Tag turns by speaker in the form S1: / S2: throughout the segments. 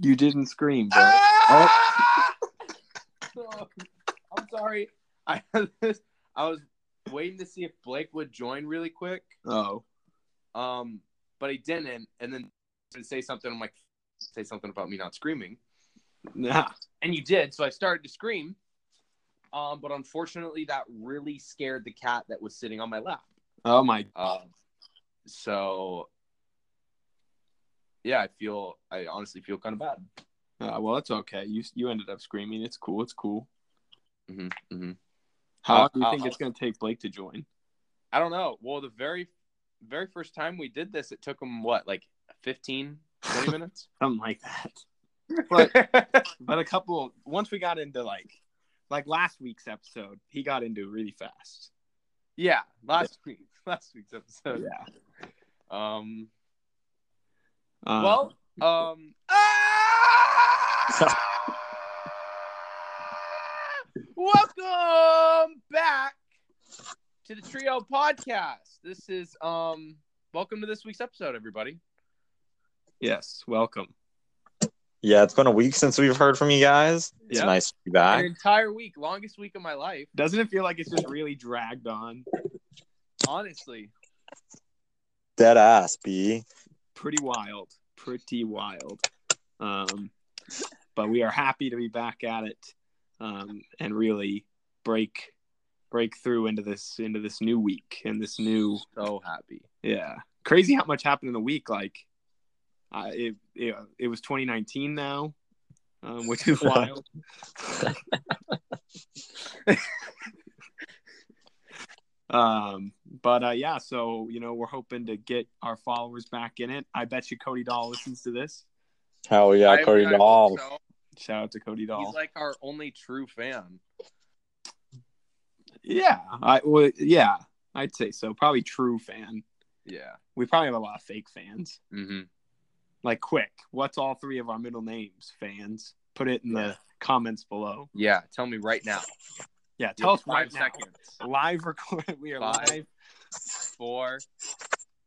S1: You didn't scream, but Oh.
S2: Ah! Oh. I'm sorry. I had this. I was waiting to see if Blake would join really quick,
S1: oh,
S2: um, but he didn't. And then to say something, I'm like, say something about me not screaming,
S1: nah.
S2: and you did. So I started to scream, um, but unfortunately, that really scared the cat that was sitting on my lap.
S1: Oh my!
S2: Um, so yeah, I feel. I honestly feel kind of bad.
S1: Uh, well, it's okay. You you ended up screaming. It's cool. It's cool.
S2: Mm-hmm.
S1: How
S2: Uh,
S1: long do you
S2: uh,
S1: think
S2: uh,
S1: it's going to take Blake to join?
S2: I don't know. Well, the very, very first time we did this, it took them what, like 15, 20 minutes?
S1: Something like that.
S2: But
S1: But but a couple. Once we got into like like last week's episode, he got into really fast.
S2: yeah, last week, last week's episode.
S1: Yeah.
S2: Um,
S1: Um,
S2: well, um, ah, welcome back to the Trio Podcast. This is, um, welcome to this week's episode, everybody.
S1: yes. Welcome.
S3: Yeah, it's been a week since we've heard from you guys. It's
S2: Yeah.
S3: nice to be
S2: An
S3: back.
S2: entire week, longest week of my life,
S1: Doesn't it feel like it's just really dragged on?
S2: honestly.
S3: Dead ass, B.
S1: Pretty wild. Pretty wild. Um, but we are happy to be back at it, um, and really break break through into this into this new week and this new
S2: So happy.
S1: Yeah, crazy how much happened in a week. Like, I it it, it was 2019 now, um, which is wild. um, but uh, yeah, so you know we're hoping to get our followers back in it. I bet you Cody Doll listens to this.
S3: Hell yeah,
S2: I-
S3: Cody
S2: I hope
S3: Doll.
S2: so.
S1: Shout out to Cody Doll.
S2: He's like our only true fan.
S1: yeah, I well, yeah, I'd say so. Probably true fan.
S2: Yeah.
S1: We probably have a lot of fake fans.
S2: Mm-hmm.
S1: like quick what's all three of our middle names fans put it in the comments below
S2: Yeah. Tell me right now.
S1: yeah tell us
S2: five
S1: right
S2: seconds.
S1: now live record we are
S2: Five.
S1: live
S2: Four,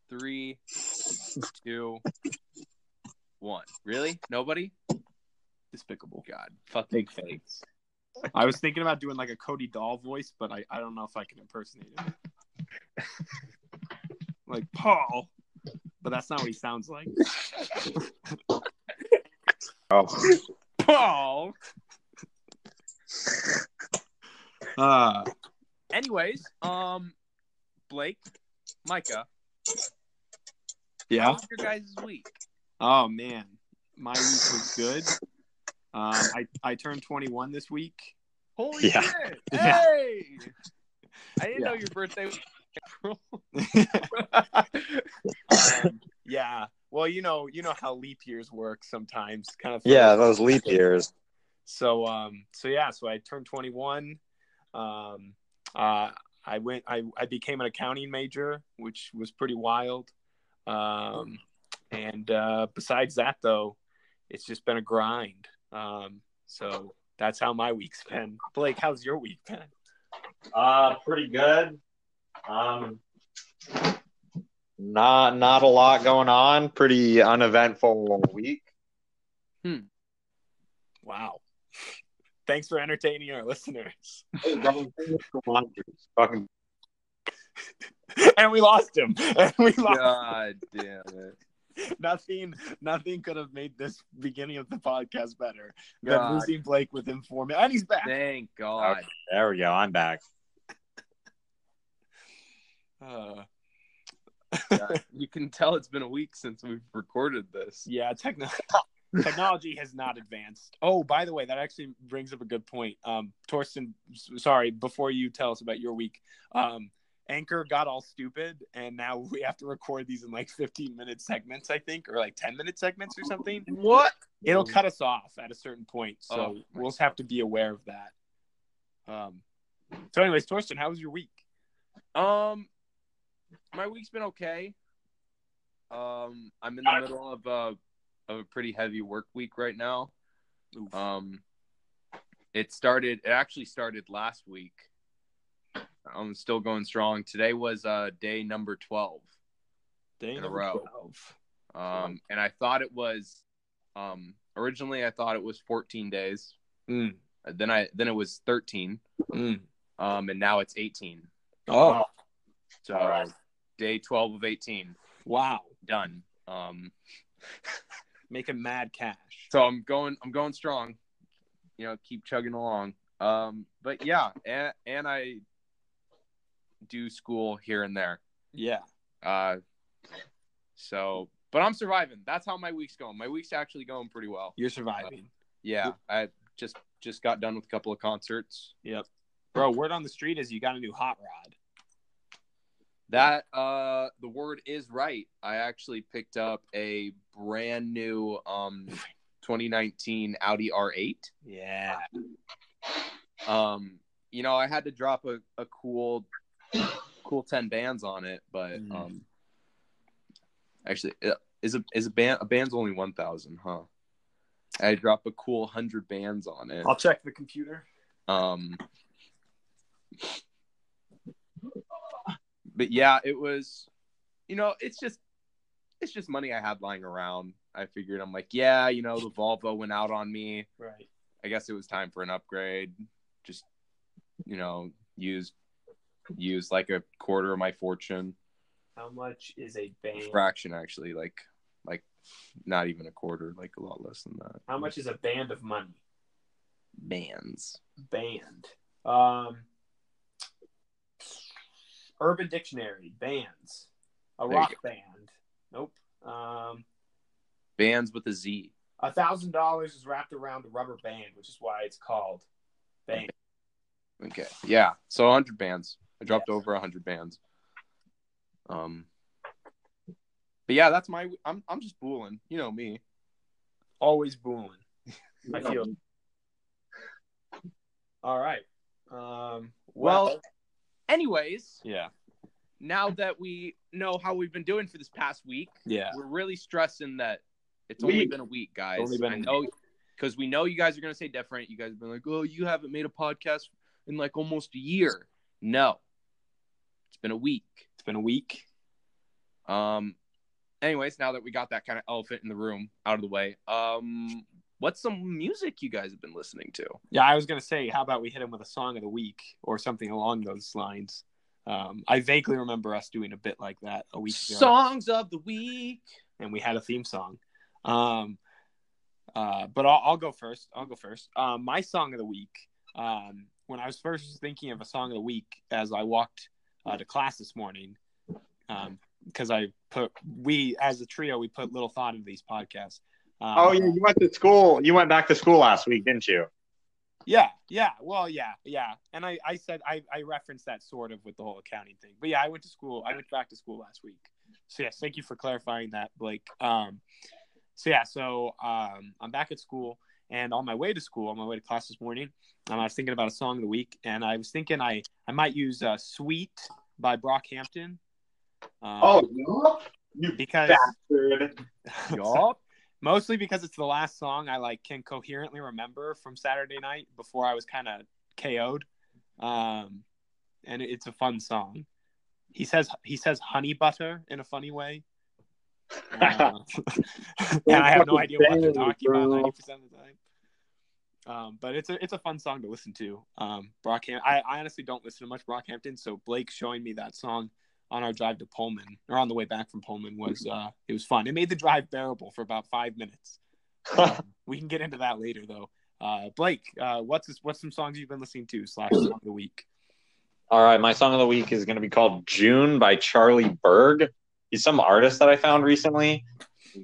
S2: three, two, one. Really? Nobody?
S1: despicable
S2: God. Fucking
S1: big fans i was thinking about doing like a cody doll voice but i, I don't know if i can impersonate him like paul but that's not what he sounds like
S3: Oh.
S2: Paul.
S1: uh
S2: Anyways, um, Blake, Micah, how
S1: yeah
S2: was your guys' week?
S1: oh man my week was good um i i turned 21 this week
S2: Holy
S3: Yeah.
S2: shit!
S1: Yeah.
S2: Hey, I didn't
S1: Yeah.
S2: know your birthday was in April.
S1: um, yeah. Well, you know, you know how leap years work sometimes, kind of.
S3: Yeah, those leap years.
S1: So, um, so yeah, so I turned 21. Um, uh, I went. I I became an accounting major, which was pretty wild. Um, and uh, besides that, though, it's just been a grind. Um, so that's how my week's been. Blake, how's your week been?
S3: Uh pretty good. Um not not a lot going on. Pretty uneventful week.
S1: Wow. Thanks for entertaining our listeners.
S3: Fucking
S1: and we lost him. And we lost
S2: God damn it.
S1: nothing nothing could have made this beginning of the podcast better
S2: God.
S1: than losing Blake with information. And he's back.
S2: Thank God.
S3: there we go. I'm back.
S1: Uh,
S2: God. You can tell it's been a week since we've recorded this.
S1: yeah, techno- technology has not advanced. Oh, by the way, that actually brings up a good point. Um, Torsten, s- sorry, before you tell us about your week, um, Anchor got all stupid, and now we have to record these in like 15 minute segments, I think, or like 10 minute segments or something.
S2: What?
S1: It'll cut us off at a certain point, so
S2: Oh, my
S1: we'll have to be aware of that. Um, so, anyways, Torsten, how was your week?
S2: Um, my week's been okay. Um, I'm in the middle of a of a pretty heavy work week right now. Um, it started. It actually started last week. I'm still going strong. Today was uh day number twelve.
S1: Day
S2: in a
S1: number
S2: row.
S1: 12.
S2: Um, and I thought it was um originally I thought it was 14 days.
S1: Mm,
S2: Then I then it was 13.
S1: mm.
S2: Um, and now it's 18.
S1: Oh,
S2: So
S3: All right.
S2: day 12 of 18
S1: wow.
S2: done. Um,
S1: Making mad cash.
S2: so I'm going I'm going strong. You know, keep chugging along. Um, but yeah, and and I do school here and there.
S1: Yeah.
S2: Uh, so but I'm surviving. That's how my week's going. My week's actually going pretty well.
S1: You're surviving.
S2: Yeah, I just just got done with a couple of concerts.
S1: Bro, word on the street is you got a new hot rod.
S2: That uh the word is right. I actually picked up a brand new um 2019 Audi R8.
S1: Yeah.
S2: Um you know, I had to drop a, a cool cool 10 bands on it, but
S1: Mm.
S2: um actually uh, is a is a band a band's only 1000, huh? I dropped a cool 100 bands on it.
S1: check the computer.
S2: Um, but yeah, it was, you know, it's just, it's just money I had lying around. I figured I'm like, yeah, you know, the Volvo went out on me.
S1: Right.
S2: I guess it was time for an upgrade. Just, you know, use, use like a quarter of my fortune,
S1: How much is a band?
S2: fraction actually, like, like not even a quarter, like a lot less than that.
S1: How much is a band of money?
S2: bands?
S1: Band. Um, Urban Dictionary, bands. A
S2: There you
S1: rock
S2: go.
S1: band. Nope. Um,
S2: Bands with a Z.
S1: A thousand dollars is wrapped around a rubber band, which is why it's called band.
S2: Okay. Yeah. So 100 bands. I dropped
S1: Yes.
S2: over 100 bands. Um But yeah, that's my I'm I'm just fooling. You know me.
S1: Always booing. I feel. All right. Um,
S2: Well, anyways,
S1: yeah,
S2: now that we know how we've been doing for this past week,
S1: yeah,
S2: we're really stressing that it's only
S3: Week.
S2: been a week, guys.
S1: Only been
S2: I
S1: a
S2: know cuz we know you guys are going to say different. You guys have been like, "Oh, you haven't made a podcast in like almost a year." No. It's been a week.
S1: it's been a week.
S2: Um. Anyways, now that we got that kind of elephant in the room out of the way, um, what's some music you guys have been listening to?
S1: Yeah, I was gonna say, how about we hit him with a song of the week or something along those lines. Um, I vaguely remember us doing a bit like that a week ago,
S2: Songs of the week.
S1: and we had a theme song. Um, uh, but I'll, I'll go first. I'll go first. Um, my song of the week. Um, when I was first thinking of a song of the week as I walked uh, to class this morning, because I put we as a trio we put little thought into these podcasts. Um,
S3: Oh yeah, you went to school. You went back to school last week, didn't you?
S1: yeah, yeah. Well, yeah, yeah. And I, I said I, I referenced that sort of with the whole accounting thing. But yeah, I went to school. I went back to school last week. So yes, thank you for clarifying that, Blake. Um, so yeah, so um, I'm back at school, and on my way to school, on my way to class this morning, um, I was thinking about a song of the week, and I was thinking I, I might use uh, "Sweet" by Brockhampton. Um,
S2: Oh.
S3: Oh, yup, you
S1: because
S3: bastard.
S2: Y'all,
S1: mostly because it's the last song I like can coherently remember from Saturday night before I was kind of KO'd. Um, and it- it's a fun song. He says he says honey butter in a funny way. Uh, and I have no idea what they're talking about ninety percent of the time. Um, but it's a it's a fun song to listen to. Um, Brockhampton. I, I honestly don't listen to much Brockhampton, so Blake showing me that song on our drive to Pullman or on the way back from Pullman was uh, it was fun. It made the drive bearable for about five minutes. Um, we can get into that later though. Uh, Blake, uh, what's this, what's some songs you've been listening to slash song of the week?
S3: All right, my song of the week is going to be called "June" by Charlie Berg. He's some artist that I found recently.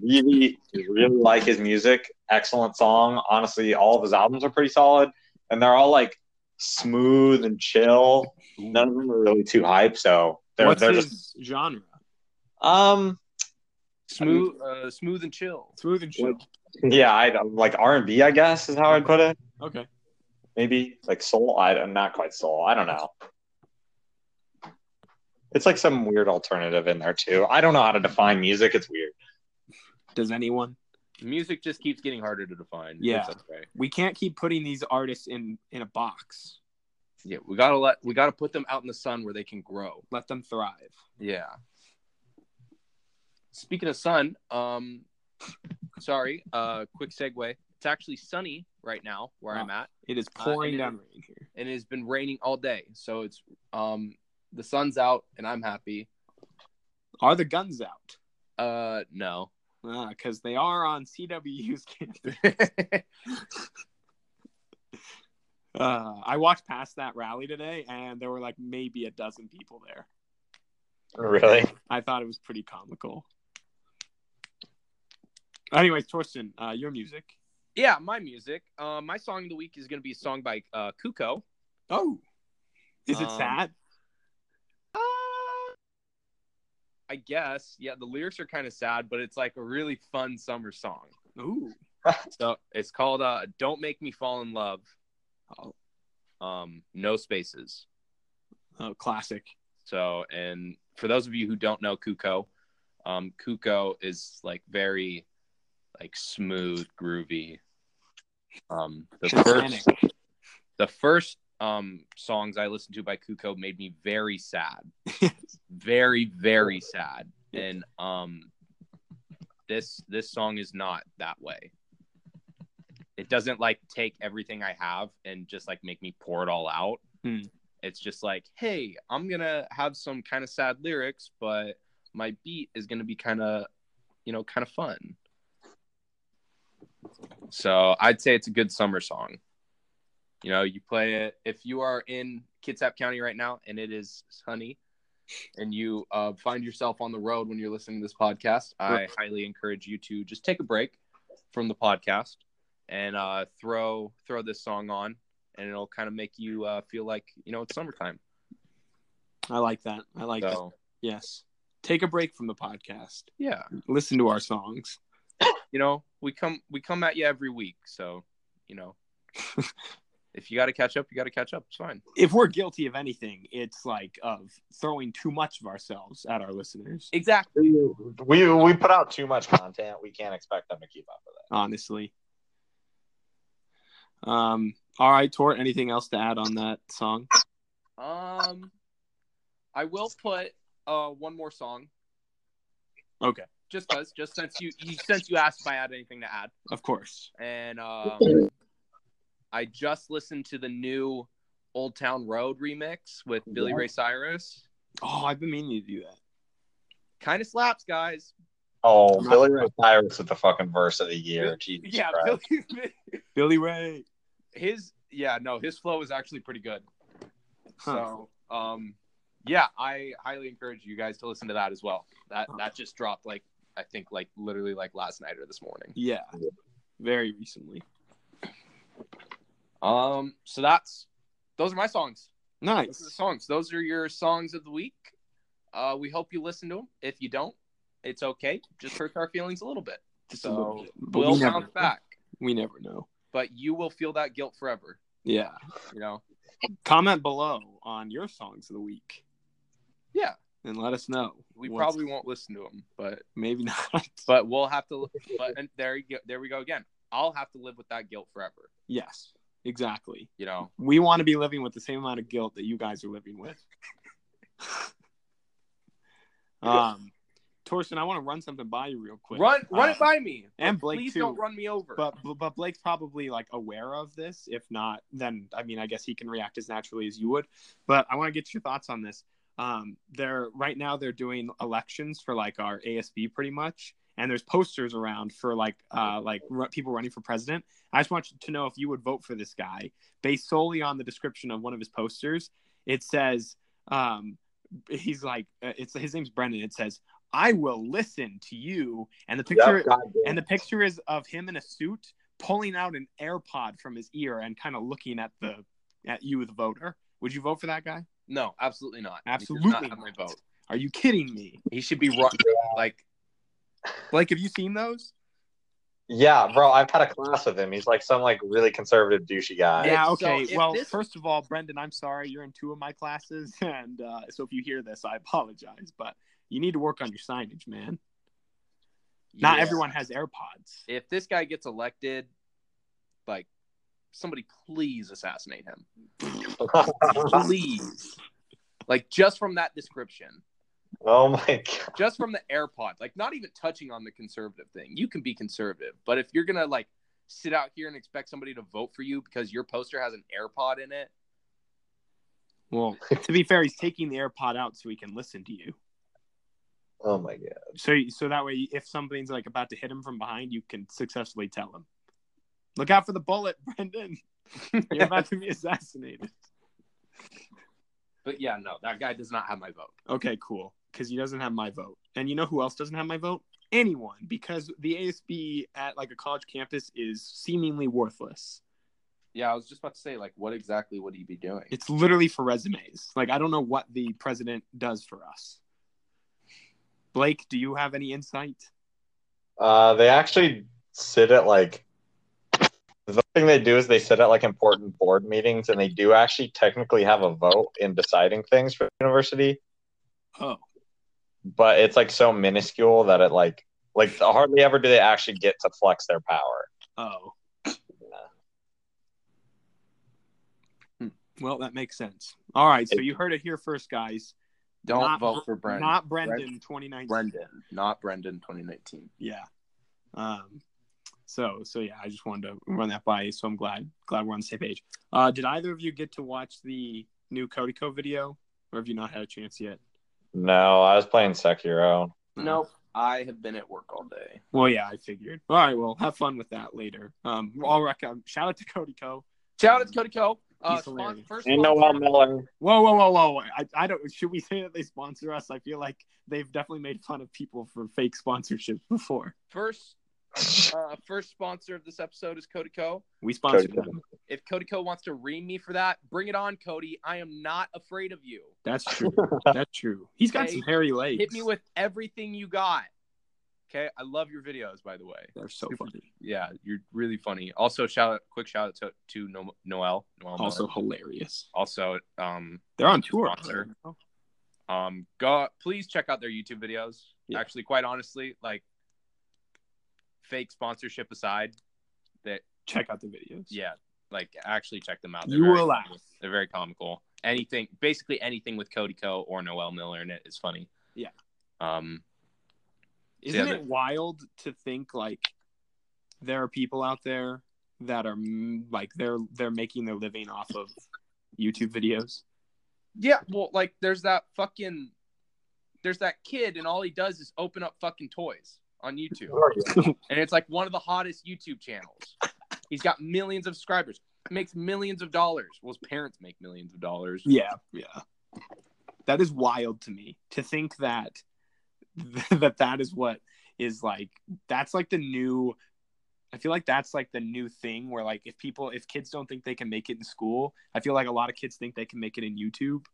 S3: Really, really like his music. Excellent song. Honestly, all of his albums are pretty solid, and they're all like smooth and chill. None of them are really too hype, so they're
S1: what's
S3: they're
S1: his
S3: just
S1: genre?
S3: um
S2: smooth, uh, smooth and chill.
S1: Smooth and chill.
S3: yeah I like R and B I guess is how I'd put it.
S1: Okay.
S3: maybe like soul i don't- not quite soul i don't know it's like some weird alternative in there too i don't know how to define music it's weird
S1: Does anyone?
S2: Music just keeps getting harder to define.
S1: Yeah.
S2: It's okay.
S1: We can't keep putting these artists in in a box.
S2: Yeah, we gotta let we gotta put them out in the sun where they can grow.
S1: Let them thrive.
S2: Yeah. Speaking of sun, um, sorry. Uh, quick segue. It's actually sunny right now where
S1: Oh.
S2: I'm at,
S1: It is
S2: Uh,
S1: pouring
S2: and it-
S1: down rain here.
S2: and it's been raining all day. So it's um, the sun's out, and I'm happy.
S1: Are the guns out?
S2: Uh, no.
S1: Because they are on CWU's campus. Uh, I walked past that rally today, and there were like maybe a dozen people there.
S3: Really?
S1: I thought it was pretty comical. Anyways, Torsten, uh, your music.
S2: yeah, my music. Uh, my song of the week is gonna be a song by uh, Kuko.
S1: Oh, is it
S2: Um,
S1: sad?
S2: Uh, I guess. Yeah, the lyrics are kind of sad, but it's like a really fun summer song.
S1: Ooh,
S2: So it's called uh, "Don't Make Me Fall in Love."
S1: Oh.
S2: Um, no spaces.
S1: oh, classic.
S2: So, and for those of you who don't know Kuko, um, Kuko is like very, like smooth, groovy. Um, the
S1: Titanic.
S2: first, the first um songs I listened to by Kuko made me very sad, very, very sad. And um, this this song is not that way. It doesn't like take everything I have and just like make me pour it all out it's just like hey i'm gonna have some kind of sad lyrics but my beat is gonna be kind of you know kind of fun so i'd say it's a good summer song you know you play it if you are in kitsap county right now and it is sunny and you uh, find yourself on the road when you're listening to this podcast i highly encourage you to just take a break from the podcast and uh, throw throw this song on and it'll kind of make you uh, feel like you know it's summertime.
S1: I like that. I like that.
S2: So
S1: Yes. Take a break from the podcast.
S2: yeah,
S1: Listen to our songs.
S2: you know we come we come at you every week, so you know if you got to catch up, you got to catch up. It's fine.
S1: If we're guilty of anything, it's like of throwing too much of ourselves at our listeners.
S2: Exactly.
S3: We we put out too much content. We can't expect them to keep up with
S1: honestly. Um, all right, Tor, anything else to add on that song?
S2: Um, I will put uh one more song.
S1: Okay.
S2: Just cause, just since you, you since you asked if I had anything to add,
S1: Of course.
S2: and um, I just listened to the new Old Town Road remix with Billy Ray Cyrus.
S1: Oh, I've been meaning to do that.
S2: Kind of slaps, guys.
S3: it. Oh,
S1: Right.
S3: Billy Ray Cyrus with the fucking verse of the year. Jesus
S2: Yeah,
S3: Christ.
S2: Billy,
S1: Billy Ray.
S2: his yeah no his flow is actually pretty good
S1: Huh.
S2: so um yeah i highly encourage you guys to listen to that as well that that just dropped like i think like literally like last night or this morning
S1: Yeah. Very recently.
S2: um so that's those are my songs those are the
S1: Nice.
S2: songs those are your songs of the week uh we hope you listen to them if you don't it's okay just hurts our feelings a little bit
S1: Just a little
S2: so
S1: bit. But
S2: we'll
S1: we never
S2: bounce
S1: know.
S2: back
S1: We never know.
S2: but you will feel that guilt forever
S1: Yeah.
S2: you know
S1: Comment below on your songs of the week.
S2: Yeah.
S1: And let us know.
S2: we
S1: What's-
S2: probably won't listen to them but
S1: Maybe not. But
S2: but we'll have to but and there you go, there we go again i'll have to live with that guilt forever
S1: yes, exactly.
S2: you know
S1: We want to be living with the same amount of guilt that you guys are living with. um, Torsten, I want to run something by you real quick.
S2: run run
S1: Uh,
S2: it by me
S1: and
S2: But
S1: Blake
S2: please
S1: too.
S2: don't run me over
S1: But but Blake's probably like aware of this. If not, then I mean, I guess he can react as naturally as you would. But I want to get your thoughts on this. Um, they're right now they're doing elections for like our ASB pretty much, and there's posters around for like uh like r- people running for president. I just want you to know if you would vote for this guy based solely on the description of one of his posters. It says um he's like uh, it's his name's Brendan. It says I will listen to you, and the picture
S3: Yep, goddamn.
S1: and the picture is of him in a suit pulling out an AirPod from his ear and kind of looking at the at you, the voter. Would you vote for that guy?
S2: no absolutely not He does
S1: Absolutely
S2: not have my
S1: not.
S2: vote
S1: Are you kidding me?
S2: he should be run like
S1: Blake, have you seen those?
S3: Yeah, bro, I've had a class with him. He's like some like really conservative douchey guy.
S1: yeah.
S2: Uh, so
S1: Okay.
S2: if
S1: well,
S2: this-
S1: first of all, Brendan, I'm sorry you're in two of my classes, and uh, so if you hear this, I apologize, but you need to work on your signage, man. Not
S2: yeah.
S1: everyone has AirPods.
S2: if this guy gets elected like somebody please assassinate him
S3: Oh
S2: please like just from that description
S3: Oh my god.
S2: just from the AirPod, like not even touching on the conservative thing. You can be conservative, but if you're gonna like sit out here and expect somebody to vote for you because your poster has an AirPod in it,
S1: Well, to be fair, he's taking the AirPod out so he can listen to you.
S3: Oh my god.
S1: So so that way, if something's like about to hit him from behind, you can successfully tell him. Look out for the bullet, Brendan. You're about to be assassinated.
S2: but yeah, no, that guy does not have my vote.
S1: Okay, cool. Because he doesn't have my vote. And you know who else doesn't have my vote? Anyone. Because the ASB at like a college campus is seemingly worthless.
S2: Yeah, I was just about to say, like, what exactly would he be doing?
S1: It's literally for resumes. Like I don't know what the president does for us. Blake, do you have any insight?
S3: Uh, they actually sit at like the thing they do is they sit at like important board meetings and they do actually technically have a vote in deciding things for the university,
S1: Oh,
S3: but it's like so minuscule that it like like hardly ever do they actually get to flex their power.
S1: oh. Hmm. Well, that makes sense. All right, so you heard it here first, guys.
S2: Don't
S1: Not-
S2: vote for Brendan.
S1: Not Brendan, twenty nineteen.
S2: Brendan, not Brendan 2019.
S1: Yeah. Um. So so yeah, I just wanted to run that by you. So I'm glad glad we're on the same page. Uh, did either of you get to watch the new Cody Co video, or have you not had a chance yet?
S3: No, I was playing Sekiro.
S2: Nope. I have been at work all day.
S1: Well, yeah, I figured. All right, well, have fun with that later. Um, all recommend. Shout out to Cody Co.
S2: Shout out to Cody Co. Uh,
S1: He's hilarious.
S2: spon- first
S3: And Noel
S2: sponsor-
S3: Miller.
S1: Whoa, whoa, whoa, whoa! I, I don't. Should we say that they sponsor us? I feel like they've definitely made fun of people for fake sponsorships before.
S2: first,
S1: Oh
S2: uh, first sponsor of this episode is Cody Co.
S1: We sponsored
S3: Cody Co.
S1: them.
S2: If Cody Co wants to ream me for that, bring it on, Cody. I am not afraid of you.
S1: That's true. That's true. He's got
S2: Hey,
S1: some hairy legs.
S2: Hit me with everything you got. Okay, I love your videos, by the way.
S1: They're so
S2: Super-
S1: funny.
S2: Yeah, you're really funny. Also, shout out, quick shout out to, to no- Noel. Noel Miller.
S1: Also hilarious.
S2: also, um,
S1: They're on tour.
S2: Sponsor. um, go please check out their YouTube videos.
S1: Yeah.
S2: Actually, quite honestly, like fake sponsorship aside, that
S1: Check out the videos.
S2: yeah, like actually check them out.
S1: You
S2: very
S1: will laugh.
S2: comical. They're very comical. Anything, basically anything with Cody Co or Noel Miller in it is funny.
S1: Yeah.
S2: Um,
S1: Isn't
S2: Yeah,
S1: it wild to think like there are people out there that are mm, like they're they're making their living off of YouTube videos?
S2: Yeah, well, like there's that fucking there's that kid and all he does is open up fucking toys on YouTube. And it's like one of the hottest YouTube channels. He's got millions of subscribers, makes millions of dollars. Well, his parents make millions of dollars.
S1: Yeah, yeah. That is wild to me to think that that that is what is like that's like the new I feel like that's like the new thing where like if people if kids don't think they can make it in school, I feel like a lot of kids think they can make it in YouTube.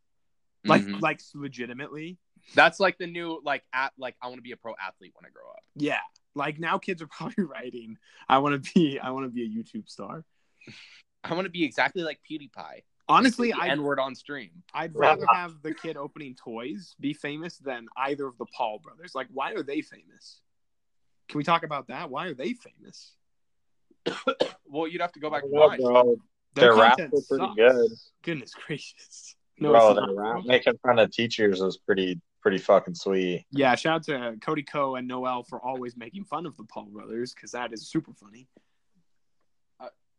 S1: Like
S2: Mhm.
S1: like legitimately.
S2: that's like the new like at like I want to be a pro athlete when I grow up.
S1: Yeah. Like now kids are probably writing, I want to be I want to be a YouTube star.
S2: I want to be exactly like PewDiePie.
S1: Honestly, I
S2: N word on stream.
S1: I'd rather have the kid opening toys be famous than either of the Paul brothers. Like, why are they famous? Can we talk about that? Why are they famous?
S2: Well, you'd have to go back and
S3: No,
S2: watch.
S3: bro, Their raps
S1: content
S3: are pretty
S1: sucks.
S3: good.
S1: Goodness gracious.
S3: bro
S1: it's
S3: their
S1: not, bro.
S3: rap making fun of teachers was pretty pretty fucking sweet.
S1: Yeah, shout out to Cody Co and Noel for always making fun of the Paul brothers because that is super funny.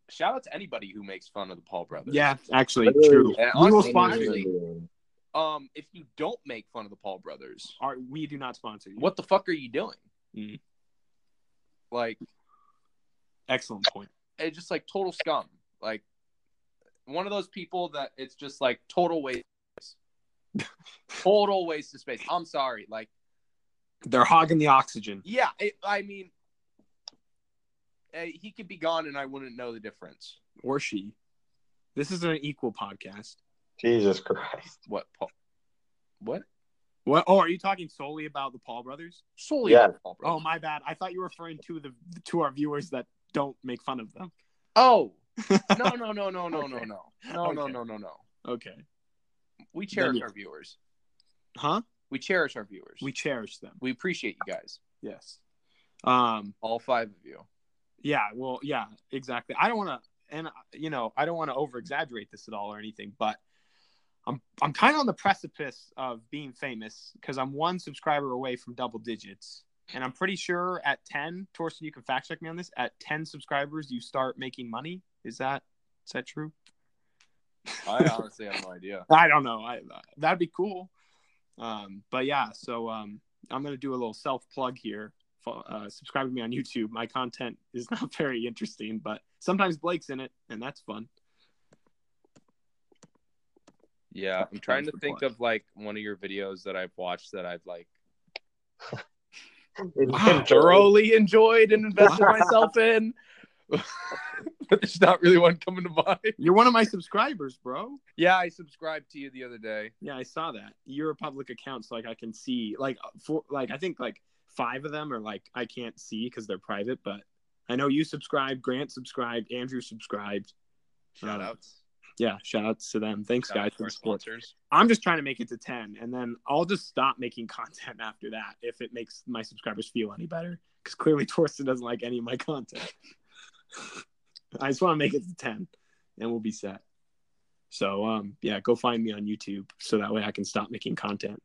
S2: Shout out to anybody who makes fun of the Paul brothers.
S1: Yeah, actually, true.
S3: Literally.
S2: And
S1: we will
S2: honestly,
S1: sponsor
S2: actually-
S1: you.
S2: Um, if you don't make fun of the Paul brothers,
S1: All right, we do not sponsor you.
S2: what the fuck are you doing?
S1: Mm.
S2: Like
S1: Excellent point.
S2: it's just like total scum. Like one of those people that it's just like total waste. of space. total waste of space. I'm sorry. Like
S1: They're hogging the oxygen.
S2: yeah, it, I mean, eh, he could be gone and I wouldn't know the difference.
S1: Or she. This is an equal podcast.
S3: Jesus Christ.
S2: What Paul? What
S1: What? Oh, are you talking solely about the Paul brothers?
S2: solely
S3: Yeah.
S2: about Paul
S1: Oh
S2: brothers.
S1: my bad. I thought you were referring to the to our viewers that don't make fun of them.
S2: Oh, no no no no no no
S1: Okay.
S2: no no
S1: Okay.
S2: no no no no.
S1: Okay.
S2: We cherish
S1: yeah.
S2: our viewers.
S1: Huh?
S2: We cherish our viewers.
S1: We cherish them.
S2: we appreciate you guys,
S1: Yes. Um
S2: all five of you.
S1: yeah, well yeah, exactly. I don't want to and uh, you know, I don't want to over exaggerate this at all or anything, but I'm I'm kind of on the precipice of being famous because I'm one subscriber away from double digits, and I'm pretty sure at ten, Torsten, you can fact check me on this. At ten subscribers, you start making money. Is that is that true?
S2: I honestly have no idea.
S1: I don't know. I that'd be cool. Um, but yeah, so um, I'm gonna do a little self plug here. Fo- Uh, subscribe to me on YouTube. My content is not very interesting, but sometimes Blake's in it, and that's fun.
S2: Yeah, I'm trying to think of like one of your videos that I've watched that I've like
S1: Wow.
S2: thoroughly enjoyed and invested myself in. but there's not really one coming to mind.
S1: You're one of my subscribers, bro.
S2: Yeah, I subscribed to you the other day.
S1: Yeah, I saw that. Your public accounts, like I can see, like for like I think like five of them are like I can't see because they're private, but I know you subscribed, Grant subscribed, Andrew subscribed. Um,
S2: Shout outs.
S1: Yeah, shout outs to them. Thanks,
S2: Shout out
S1: guys,
S2: to
S1: for
S2: our
S1: the support.
S2: sponsors.
S1: I'm just trying to make it to ten, and then I'll just stop making content after that if it makes my subscribers feel any better. Because clearly, Torsten doesn't like any of my content. I just want to make it to ten, and we'll be set. So, um, yeah, go find me on YouTube so that way I can stop making content.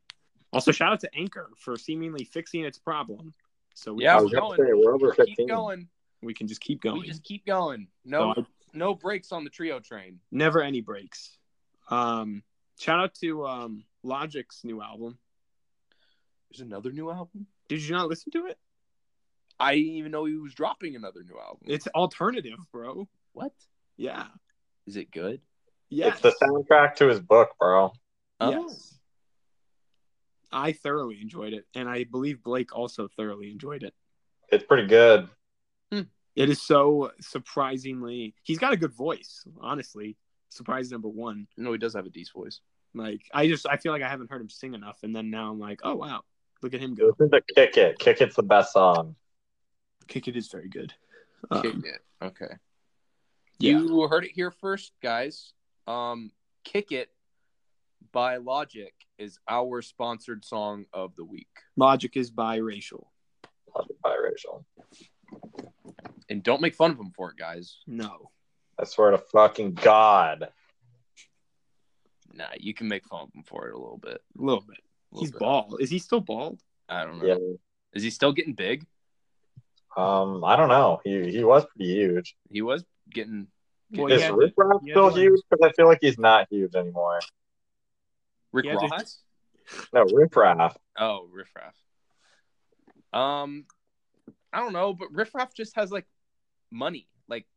S1: Also, shout out to Anchor for seemingly fixing its problem, so we
S2: Yeah,
S3: I
S1: can,
S2: we're
S3: was
S2: going.
S3: gonna say, we're over
S2: Keep
S3: 15.
S2: going.
S1: we can just keep going.
S2: We just keep going.
S1: So
S2: No,
S1: I-
S2: no breaks on the trio train.
S1: never any breaks. Um, shout out to um, Logic's new album.
S2: There's another new album.
S1: Did you not listen to it?
S2: I didn't even know he was dropping another new album.
S1: It's alternative, bro.
S2: what?
S1: Yeah.
S2: Is it good?
S1: Yes.
S3: It's the soundtrack to his book, bro.
S1: Yes. I thoroughly enjoyed it. And I believe Blake also thoroughly enjoyed it.
S3: It's pretty good.
S1: It is so surprisingly, he's got a good voice, honestly. Surprise number one.
S2: No, he does have a decent voice.
S1: Like, I just, I feel like I haven't heard him sing enough. And then now I'm like, oh, wow, look at him go.
S3: Listen to Kick It. Kick It's the best song.
S1: Kick It is very good. Um,
S2: Kick it. Okay.
S1: yeah.
S2: You heard it here first, guys. Um, Kick It by Logic is our sponsored song of the week.
S1: Logic is biracial.
S3: Love it, Biracial.
S2: And don't make fun of him for it, guys.
S1: No.
S3: I swear to fucking God.
S2: Nah, you can make fun of him for it a little bit.
S1: A little bit.
S2: A little
S1: he's
S2: bit.
S1: bald. Is he still bald?
S2: I don't know.
S3: Yeah.
S2: Is he still getting big?
S3: Um, I don't know. He he was pretty huge.
S2: He was getting
S1: Well,
S3: Is
S1: yeah.
S3: Rick Ross
S1: he had
S3: still
S1: the-
S3: huge? Because I feel like he's not huge anymore.
S2: Rick
S1: Yeah, dude.
S2: Ross.
S3: No, Rick Raff.
S2: Oh, Riff Raff. Um, I don't know, but Riff Raff just has like money, like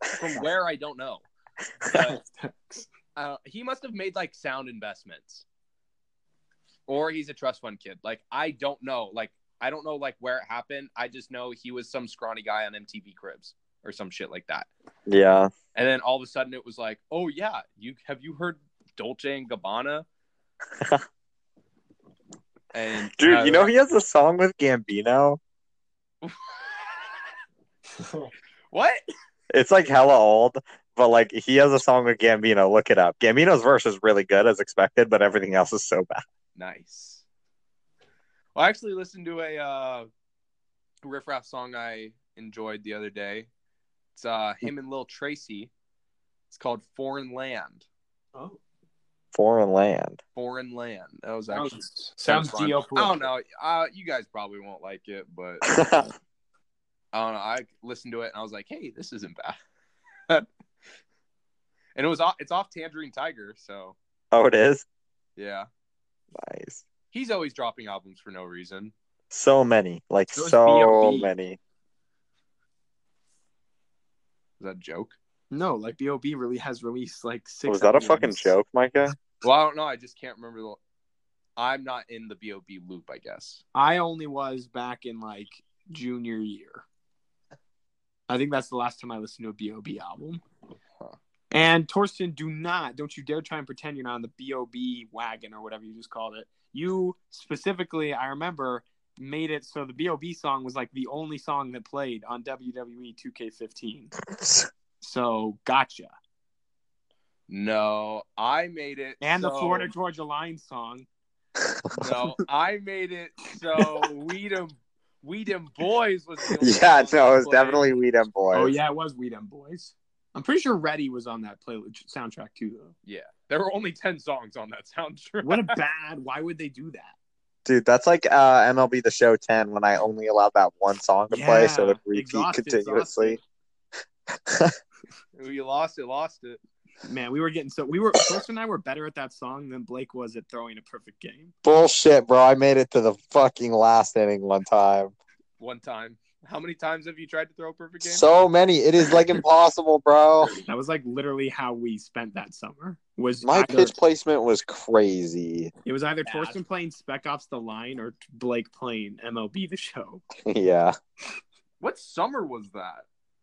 S2: from where I don't know. But uh, he must have made like sound investments, or he's a trust fund kid. Like I don't know. Like I don't know like where it happened. I just know he was some scrawny guy on MTV Cribs or some shit like that.
S3: Yeah.
S2: And then all of a sudden it was like, oh yeah, you have you heard Dolce and Gabbana? and uh, I was
S3: he has a song with Gambino.
S2: what?
S3: It's like hella old, but like he has a song with Gambino. Look it up. Gambino's verse is really good as expected, but everything else is so bad.
S2: Nice. Well, I actually listened to a uh, riff raff song I enjoyed the other day. It's uh, him and Lil Tracy. It's called "Foreign Land."
S1: Oh.
S3: Foreign land.
S2: Foreign Land. That was actually
S1: Sounds, Oh, sounds
S2: fun.
S1: geopolitical.
S2: I don't know. Uh, you guys probably won't like it, but I don't know. I listened to it and I was like, "Hey, this isn't bad." and it was off, it's off Tangerine Tiger, so
S3: oh, it is?
S2: yeah,
S3: Nice.
S2: he's always dropping albums for no reason.
S3: So many. Like
S1: Those
S3: so
S1: B.O.B..
S3: many.
S2: Is that a joke?
S1: No, like Bob really has released like six.
S3: Was that a
S1: albums.
S3: fucking joke, Micah?
S2: Well, I don't know. I just can't remember the. I'm not in the Bob loop, I guess.
S1: I only was back in like junior year. I think that's the last time I listened to a Bob album.
S2: Huh.
S1: And Torsten, do not, don't you dare try and pretend you're not on the Bob wagon or whatever you just called it. You specifically, I remember, made it so the Bob song was like the only song that played on E WWE 2K15. So gotcha.
S2: No, I made it.
S1: And the
S2: so-
S1: Florida Georgia Line song.
S2: No, I made it. So Weedem, Weedem Boys was. The only
S3: yeah,
S2: song
S3: no, it
S2: I
S3: was
S2: played.
S3: definitely Weed and Boys.
S1: Oh yeah, it was Weed and Boys. I'm pretty sure Ready was on that play soundtrack too, though.
S2: Yeah. There were only ten songs on that soundtrack.
S1: What a bad. Why would they do that?
S3: Dude, that's like uh, MLB The Show 10 when I only allowed that one song to play, so
S1: Yeah,
S3: to repeat
S1: exhausted,
S3: continuously.
S2: you lost it, lost it.
S1: Man, we were getting so we were. Chris and I were better at that song than Blake was at throwing a perfect game.
S3: Bullshit, bro. I made it to the fucking last inning one time.
S2: One time. How many times have you tried to throw a perfect game?
S3: So many. It is like impossible, bro.
S1: That was like literally how we spent that summer. Was
S3: My
S1: either,
S3: pitch placement was crazy.
S1: it was either
S2: Bad.
S1: Torsten playing Spec Ops: The Line or Blake playing MLB The Show.
S3: yeah.
S2: what summer was that?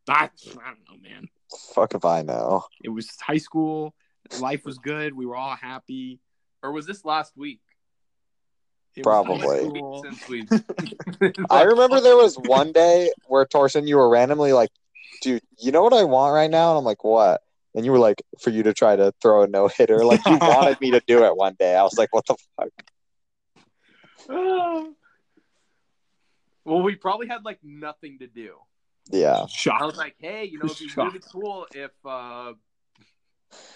S1: I, I don't know, man.
S3: Fuck if I know.
S1: It was high school. Life was good. We were all happy.
S2: Or was this last week?
S1: It was high
S3: Probably.
S1: school.
S2: Since we
S3: I remember there was one day where Torson, you were randomly like, dude, you know what I want right now? And I'm like, what? And you were like, for you to try to throw a no hitter. Like, you wanted me to do it one day. I was like, what the fuck?
S2: well, we probably had like nothing to do.
S3: Yeah.
S2: I
S1: Shocked.
S2: was like, hey, you know, it'd be really cool if uh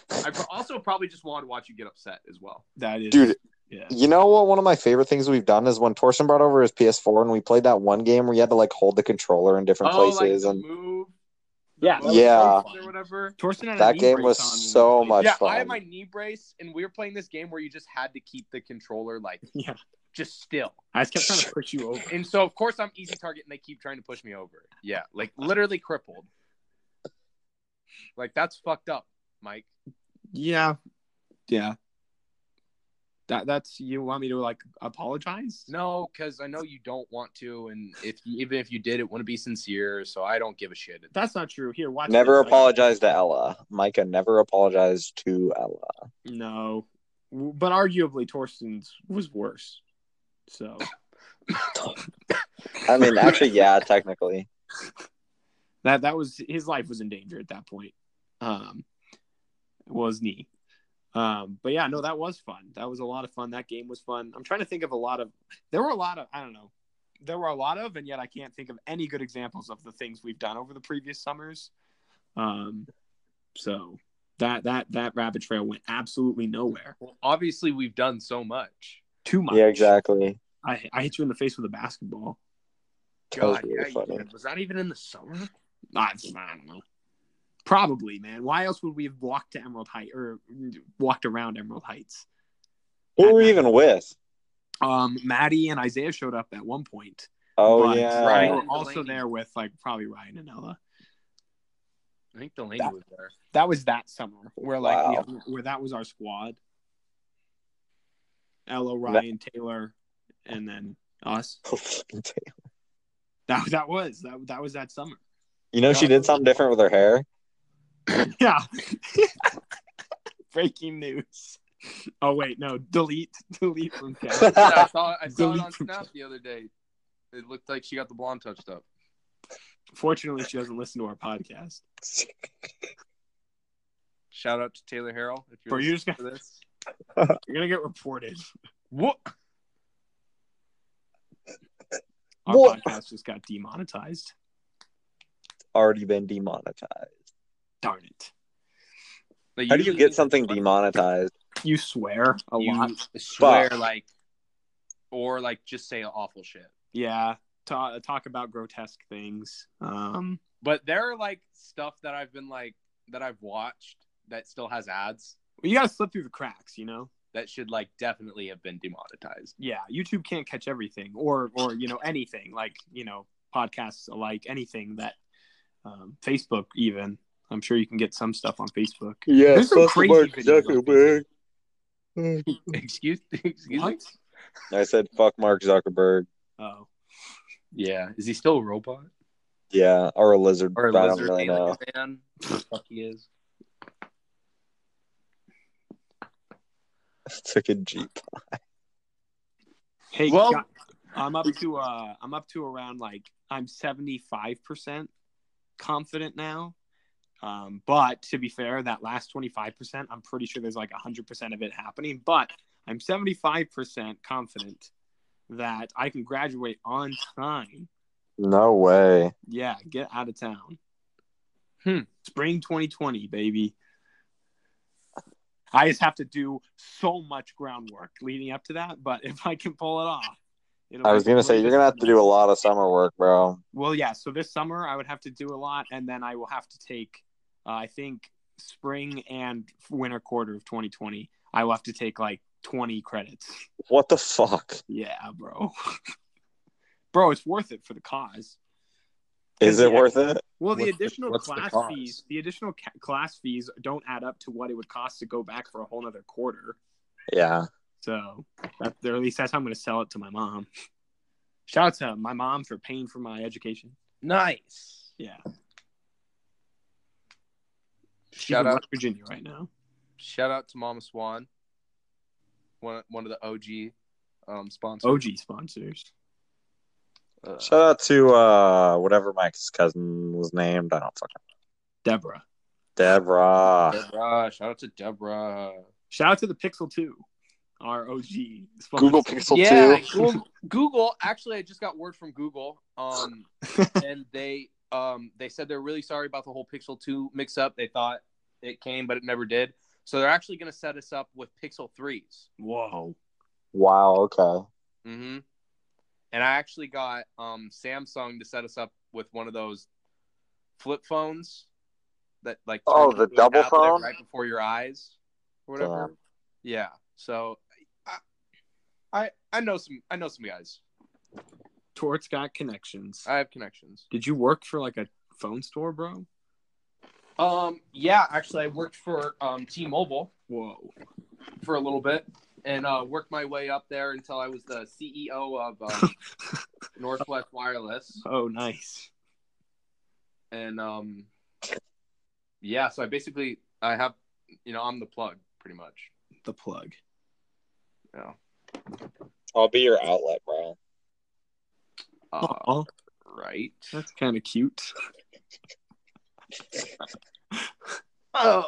S2: I pro- also probably just wanted to watch you get upset as well.
S1: that is,
S3: Dude.
S1: Yeah.
S3: You know what? One of my favorite things we've done is when Torson brought over his PS4 and we played that one game where you had to like hold the controller in different
S2: oh, like
S3: places.
S2: the
S3: and
S2: move.
S1: Yeah.
S2: the
S3: Yeah.
S2: motion Or whatever.
S1: Torsten had a
S3: That
S1: knee
S3: game
S1: brace
S3: was
S1: on when we
S3: so
S1: played.
S3: much-
S2: yeah,
S3: fun.
S2: I had my knee brace, and we were playing this game where you just had to keep the controller like
S1: Yeah.
S2: just still.
S1: I just kept trying to push you over.
S2: And so, of course, I'm easy target, and they keep trying to push me over. Yeah, like literally crippled. Like that's fucked up, Mike.
S1: Yeah. Yeah. That that's you want me to like apologize?
S2: No, because I know you don't want to, and if you, even if you did, it wouldn't be sincere. So I don't give a shit.
S1: That's not true. Here, watch.
S3: never
S1: this. Like,
S3: apologize to Ella. Micah never apologized to Ella.
S1: No. But arguably Torsten's was worse. So
S3: I mean, actually, yeah, technically.
S1: that that was his life was in danger at that point. Um was knee. Um but yeah, no that was fun. That was a lot of fun. That game was fun. I'm trying to think of a lot of there were a lot of I don't know. There were a lot of and yet I can't think of any good examples of the things we've done over the previous summers. Um so that that that rabbit trail went absolutely nowhere.
S2: Well, obviously, we've done so much.
S1: Too much.
S3: Yeah, exactly.
S1: I, I hit you in the face with a basketball.
S3: That was
S2: God,
S3: really
S2: yeah,
S3: funny.
S2: you did. was that even in the summer?
S1: I, I don't know. Probably, man. Why else would we have walked to Emerald Heights or walked around Emerald Heights?
S3: Who were we even with?
S1: Um, Maddie and Isaiah showed up at one point.
S3: Oh
S1: but
S3: yeah,
S1: They
S2: Ryan
S1: were
S2: and
S1: also
S2: Delaney.
S1: there with like probably Ryan and Ella.
S2: I think Delaney
S1: That-
S2: was there.
S1: That was that summer where like
S3: Wow.
S1: we- where that was our squad. Ella, Ryan, Taylor, and then us. That that was that that was that summer.
S3: You know she did something different with her hair.
S1: Yeah. Breaking news. Oh wait, no. Delete, delete from chat.
S2: Yeah, I saw, I saw it
S1: Delete
S2: on
S1: from
S2: Snap the other day. It looked like she got the blonde touched up.
S1: Fortunately, she doesn't listen to our podcast.
S2: Shout out to Taylor Harrell if you're
S1: Bro, you
S2: listening
S1: just
S2: to this.
S1: You're gonna get reported.
S2: What?
S1: Our
S3: What?
S1: podcast just got demonetized.
S3: Already been demonetized.
S1: Darn it!
S2: Like,
S3: How do you
S2: usually
S3: get something demonetized?
S1: You swear a
S2: you
S1: lot.
S2: Swear
S3: Fuck.
S2: like, or like just say awful shit.
S1: Yeah. Ta- talk about grotesque things. Um.
S2: But there are like stuff that I've been like that I've watched that still has ads
S1: You gotta slip through the cracks, you know.
S2: that should like definitely have been demonetized.
S1: Yeah, YouTube can't catch everything, or or you know anything like you know podcasts alike, anything that um, Facebook even. I'm sure you can get some stuff on Facebook.
S3: Yeah,
S1: There's some fuck crazy Mark videos on Zuckerberg.
S2: Excuse, excuse me.
S1: What?
S3: I said fuck Mark Zuckerberg.
S1: Oh,
S2: Yeah, is he still a robot
S3: Yeah, or a lizard.
S2: or a
S3: I don't
S2: lizard
S3: really
S2: alien
S3: know.
S2: man? The fuck he is.
S3: It's like a jeep.
S1: hey,
S2: Well-
S1: well, I'm up to uh, I'm up to around like I'm 75 percent confident now. Um, but to be fair, that last 25 percent, I'm pretty sure there's like 100 percent of it happening. But I'm 75 percent confident that I can graduate on time.
S3: No way.
S1: Yeah, get out of town.
S2: Hmm.
S1: Spring 2020, baby. I just have to do so much groundwork leading up to that. But if I can pull it off, it'll
S3: I
S1: be
S3: was gonna say you're gonna have to do a lot of summer work, bro.
S1: Well, yeah. So this summer I would have to do a lot, and then I will have to take, uh, I think, spring and winter quarter of 2020. I will have to take like 20 credits.
S3: What the fuck
S1: Yeah, bro. bro, it's worth it for the cause.
S3: is it
S1: Yeah.
S3: worth it?
S1: Well, the
S2: What's the-
S1: additional
S2: what's the
S1: class
S2: cause?
S1: fees, the additional ca- class fees don't add up to what it would cost to go back for a whole nother quarter.
S3: Yeah,
S1: So, that, or at least that's how I'm going to sell it to my mom. Shout out to my mom for paying for my education.
S2: Nice.
S1: Yeah, she's
S2: Shout
S1: in
S2: out,
S1: West Virginia right now.
S2: shout out to Mama Swan, one one of the OG um, sponsors.
S1: OG sponsors.
S2: Uh,
S3: shout out to uh whatever Mike's cousin was named. I don't fucking
S1: Deborah.
S3: Deborah.
S2: Deborah, shout out to Deborah.
S1: Shout out to the Pixel Two, our OG sponsor.
S3: Google Pixel
S2: yeah,
S3: Two.
S2: Google, Google. Actually, I just got word from Google, um, and they um, they said they're really sorry about the whole Pixel Two mix up. They thought it came, but it never did. So they're actually going to set us up with Pixel Threes.
S1: Whoa.
S3: Wow. Okay.
S2: Mm-hmm. And I actually got um, Samsung to set us up with one of those flip phones that like
S3: Oh,
S2: turns
S3: the
S2: into a
S3: double
S2: tablet
S3: phone?
S2: right before your eyes or whatever.
S3: Damn.
S2: Yeah. So I, I I know some I know some guys.
S1: Tort's got connections.
S2: I have connections.
S1: Did you work for like a phone store, bro?
S2: Um yeah, actually I worked for um T-Mobile
S1: Whoa.
S2: for a little bit and uh worked my way up there until I was the CEO of um, Northwest Wireless.
S1: Oh, nice.
S2: and um yeah so i basically i have you know i'm the plug pretty much
S1: The plug.
S2: yeah
S3: I'll be your outlet, bro.
S2: uh,
S1: Oh,
S2: right
S1: that's kind of cute.
S2: oh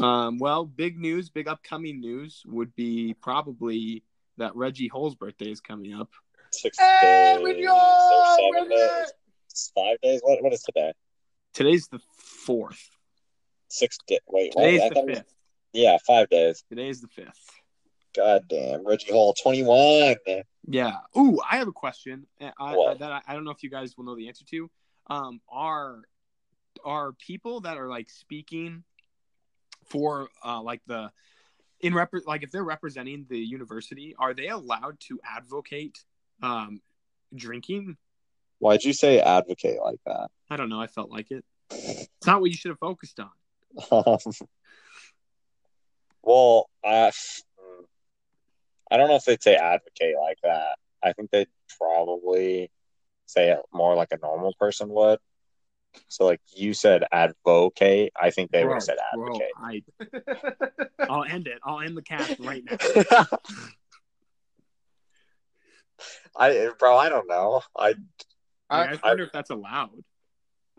S1: Um, well, big news, big upcoming news would be probably that Reggie Hole's birthday is coming up.
S3: Six
S2: Hey,
S3: days.
S2: we
S3: or
S2: go,
S3: seven
S2: we
S3: days. It's Five days. What? What is today?
S1: Today's the fourth.
S3: Six days. Wait. what?
S1: Today's
S3: Oh, I
S1: the
S3: thought it was-
S1: fifth.
S3: Yeah, five days.
S1: Today's the fifth.
S3: God damn. Reggie Hall, twenty-one.
S1: Yeah. Ooh, I have a question eh, I, I,
S3: What?
S1: that I, I don't know if you guys will know the answer to. Um, are are people that are like speaking for uh, like the in rep like if they're representing the university, are they allowed to advocate um, drinking?
S3: Why'd you say advocate like that?
S1: I don't know. I felt like it. It's not what you should have focused on.
S3: well, I, I don't know if they'd say advocate like that. I think they'd probably say it more like a normal person would. So, like you said, advocate. I think they would
S1: Bro,
S3: have said
S1: bro,
S3: advocate.
S1: I, I'll end it. I'll end the cast right now.
S3: I, bro, I don't know. I
S1: Like, I,
S2: I-
S1: just wonder if that's allowed.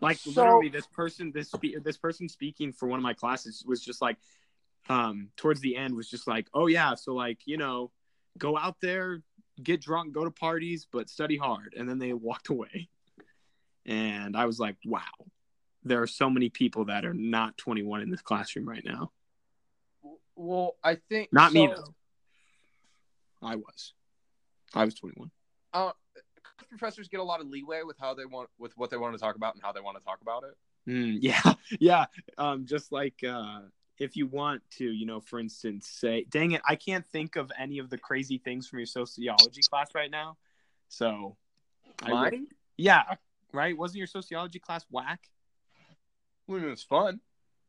S1: Like
S2: So-
S1: literally, this person, this spe- this person speaking for one of my classes was just like, um, towards the end was just like, oh yeah, so like you know, go out there, get drunk, go to parties, but study hard, and then they walked away, and I was like, wow, there are so many people that are not 21 in this classroom right now.
S2: well i think
S1: Not me
S2: so,
S1: though. I was, I was 21.
S2: uh, professors get a lot of leeway with how they want with what they want to talk about and how they want to talk about it
S1: Mm, yeah, yeah. Um, just like uh, if you want to, you know, for instance, say, dang it, I can't think of any of the crazy things from your sociology class right now. So, I would-
S2: Mine?
S1: yeah, uh, right. Wasn't your sociology class whack?
S2: I mean, it was fun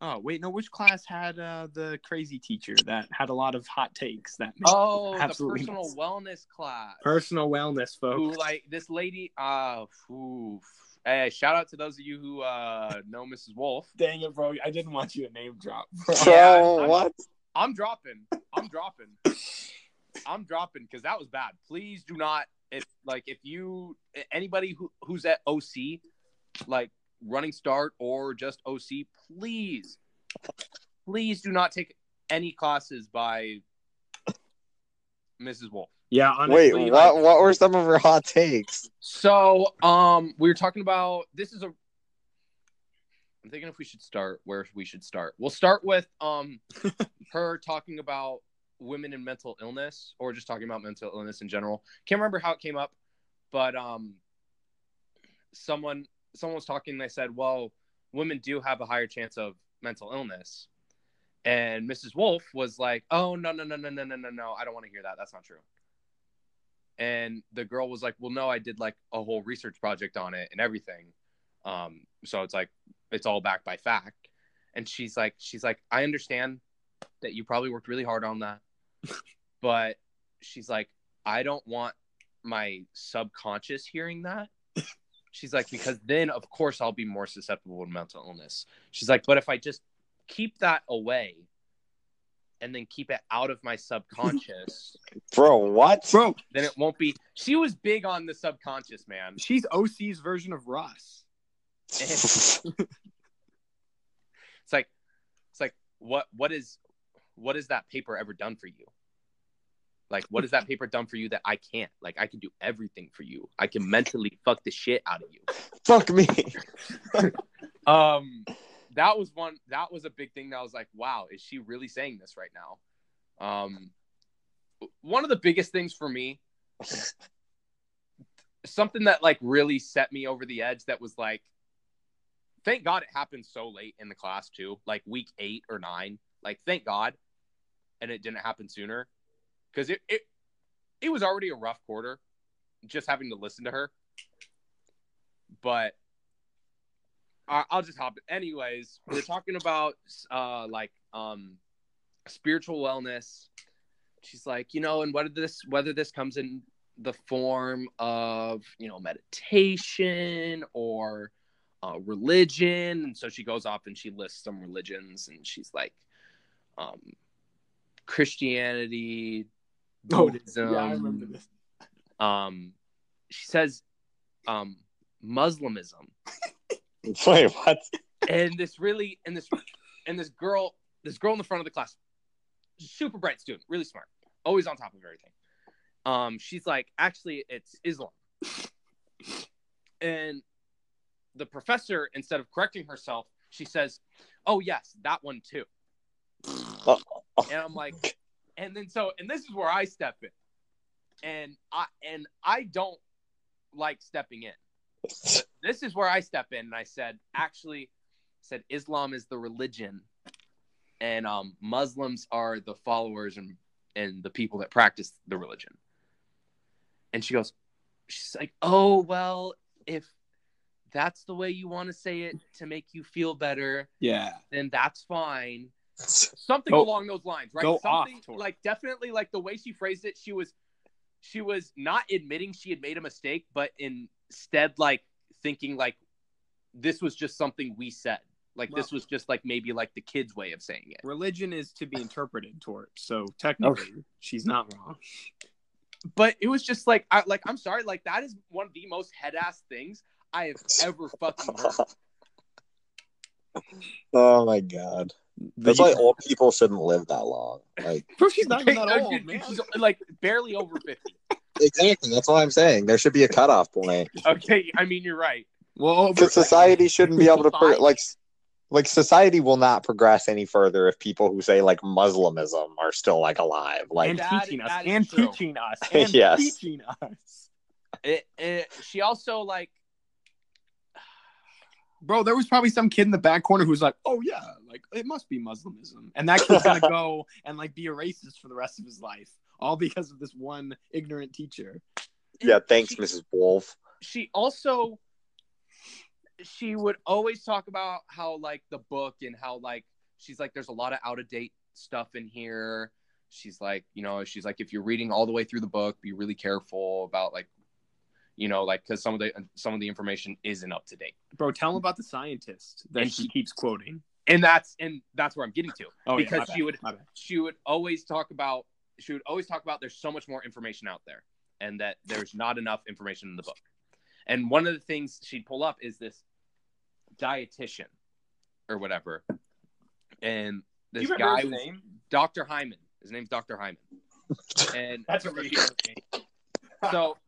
S1: Oh wait, no. Which class had uh, the crazy teacher that had a lot of hot takes? That made
S2: oh
S1: Absolutely
S2: the personal
S1: nuts.
S2: wellness class
S1: personal wellness,
S2: who
S1: folks.
S2: like this lady uh oof. hey shout out to those of you who uh know mrs wolf
S1: dang it, bro! I didn't want you to name drop. Bro.
S3: so
S2: I'm-
S3: what?
S2: I'm dropping. I'm dropping. I'm dropping because that was bad. Please do not. If like if you anybody who who's at OC, like running start or just OC, please, please do not take any classes by Mrs. Wolf.
S1: Yeah, honestly,
S3: Wait,
S1: like-
S3: what? What were some of her hot takes?
S2: So um, we were talking about this is a I'm thinking if we should start where we should start. We'll start with um her talking about women and mental illness or just talking about mental illness in general. Can't remember how it came up, but um someone someone was talking and they said, "Well, women do have a higher chance of mental illness." And Mrs. Wolf was like, "Oh, no, no, no, no, no, no, no, no. I don't want to hear that. That's not true." And the girl was like, "Well, no, I did like a whole research project on it and everything." Um so it's like it's all backed by fact and she's like she's like i understand that you probably worked really hard on that but she's like i don't want my subconscious hearing that she's like because then of course i'll be more susceptible to mental illness she's like but if i just keep that away and then keep it out of my subconscious
S4: Bro, what?
S1: Bro,
S2: then it won't be she was big on the subconscious man
S1: she's OC's version of Ross.
S2: It's like it's like what what is what has that paper ever done for you? Like what has that paper done for you that I can't? Like I can do everything for you. I can mentally fuck the shit out of you.
S4: Fuck me.
S2: Um that was one that was a big thing that I was like, wow, is she really saying this right now? Um one of the biggest things for me something that like really set me over the edge that was like thank God it happened so late in the class too, like week eight or nine. Like thank God, and it didn't happen sooner because it, it it was already a rough quarter, just having to listen to her. But I, I'll just hop. Anyways, we're talking about uh like um spiritual wellness. She's like, you know, and whether this whether this comes in the form of you know meditation or uh, religion. And so she goes off and she lists some religions and she's like, um, Christianity, Buddhism.
S1: Oh, yeah, I remember this.
S2: Um, she says, um, Muslimism.
S4: Wait, what?
S2: And this really, and this, and this girl, this girl in the front of the class, super bright student, really smart, always on top of everything. Um, she's like, actually, it's Islam. And the professor, instead of correcting herself, she says, "Oh yes, that one too." and I'm like, and then so, and this is where I step in, and I and I don't like stepping in. This is where I step in, and I said, actually, said Islam is the religion, and um, Muslims are the followers and and the people that practice the religion. And she goes, she's like, oh well, if that's the way you want to say it to make you feel better,
S1: Yeah.
S2: then that's fine something
S1: Go-
S2: along those lines, right?
S1: go off,
S2: something
S1: Tor.
S2: like definitely like the way she phrased it, she was she was not admitting she had made a mistake, but instead like thinking like this was just something we said. Like this was just like maybe like the kids' way of saying it.
S1: Religion is to be interpreted, Torp. So technically, she's not wrong.
S2: But it was just like I like I'm sorry, like that is one of the most head ass things I have ever fucking heard.
S4: Oh my god. That's why old people shouldn't live that long. Like
S1: Bro, she's not even that
S2: Like,
S1: old,
S2: dude,
S1: man.
S2: she's, like barely over fifty.
S4: exactly. That's what I'm saying. There should be a cutoff point.
S2: Okay, I mean you're right.
S1: Well, over-
S4: Because society shouldn't be able to pro-
S2: Society.
S4: like like society will not progress any further if people who say like Muslimism are still like alive. Like
S1: and
S2: That-
S1: teaching us,
S2: that is
S1: and
S2: true.
S1: teaching us, and
S4: Yes.
S1: teaching us.
S2: It, it, she also like
S1: Bro, there was probably some kid in the back corner who was like, "Oh yeah, like it must be Muslimism," and that kid's gonna go and like be a racist for the rest of his life, all because of this one ignorant teacher.
S4: yeah, thanks,
S2: she-
S4: Mrs. Wolf.
S2: she also she would always talk about how like the book and how like she's like there's a lot of out of date stuff in here she's like you know she's like if you're reading all the way through the book be really careful about like you know like because some of the some of the information isn't up to date
S1: Bro, tell him about the scientist that
S2: And
S1: she,
S2: she-
S1: keeps quoting.
S2: and that's and that's where i'm getting to
S1: Oh
S2: Because
S1: my bad,
S2: she would-
S1: my bad.
S2: she would always talk about she would always talk about there's so much more information out there and that there's not enough information in the book and one of the things she'd pull up is this dietitian or whatever and this guy was
S1: name?
S2: dr hyman his name's dr hyman and
S1: That's a really good name.
S2: so